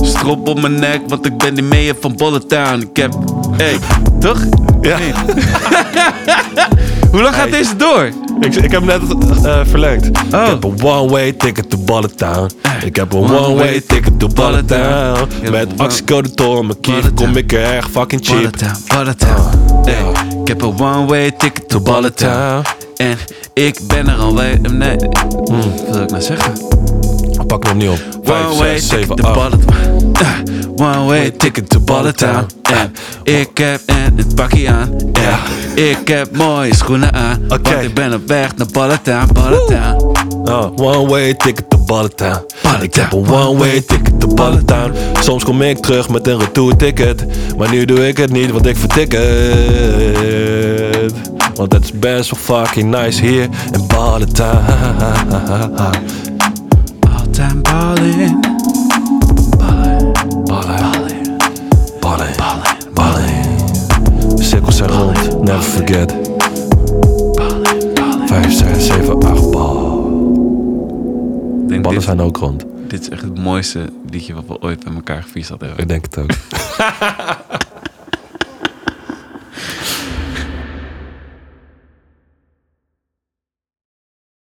[SPEAKER 2] Strop op mijn nek, want ik ben die meer van Bolletown. Ik heb. Hey, toch?
[SPEAKER 1] Ja.
[SPEAKER 2] Nee. Hoe lang gaat
[SPEAKER 1] Hey.
[SPEAKER 2] deze door?
[SPEAKER 1] Ik, ik heb hem net eh, verlengd.
[SPEAKER 2] Oh. Eh.
[SPEAKER 1] Ik heb een one-way ticket to Ballentown. Ik heb een
[SPEAKER 2] One-way
[SPEAKER 1] one-way ticket to Ballentown.
[SPEAKER 2] Ballentown. Ik heb
[SPEAKER 1] Met
[SPEAKER 2] een
[SPEAKER 1] actiecode Tom en Kief
[SPEAKER 2] Ballentown.
[SPEAKER 1] kom ik er echt fucking cheap.
[SPEAKER 2] Bolletown, Bolletown. Hey, ik heb een one-way ticket to Bolletown.
[SPEAKER 1] Ballentown.
[SPEAKER 2] En ik ben er alweer. Nee, wat wil ik nou zeggen?
[SPEAKER 1] Pak hem opnieuw op. 5,
[SPEAKER 2] One way
[SPEAKER 1] 6,
[SPEAKER 2] ticket
[SPEAKER 1] 7,
[SPEAKER 2] to
[SPEAKER 1] 8.
[SPEAKER 2] Balletown. Eh, One way ticket to Balletown. En ik heb en het pakje aan. En
[SPEAKER 1] Ja.
[SPEAKER 2] ik heb mooie schoenen aan.
[SPEAKER 1] Oké.
[SPEAKER 2] Want ik ben op weg naar Balletown, Balletown.
[SPEAKER 1] Ah, one-way ticket to Ballentown.
[SPEAKER 2] Ballentown.
[SPEAKER 1] Ik heb een one-way ticket to Ballentown. Soms kom ik terug met een retour ticket. Maar nu doe ik het niet, want ik vertik het. Want het is best wel fucking nice hier in Ballentown.
[SPEAKER 2] All-time ballin'. Ballin',
[SPEAKER 1] Ballen,
[SPEAKER 2] ballin',
[SPEAKER 1] ballen,
[SPEAKER 2] ballin',
[SPEAKER 1] ballen. De cirkels zijn rond, never forget.
[SPEAKER 2] ballin', ballin'.
[SPEAKER 1] 5, 6, 7, 8 bal.
[SPEAKER 2] Ik denk
[SPEAKER 1] Ballen
[SPEAKER 2] dit,
[SPEAKER 1] zijn ook rond.
[SPEAKER 2] dit is echt het mooiste liedje wat we ooit bij elkaar gefietst hadden.
[SPEAKER 1] Ik denk het ook.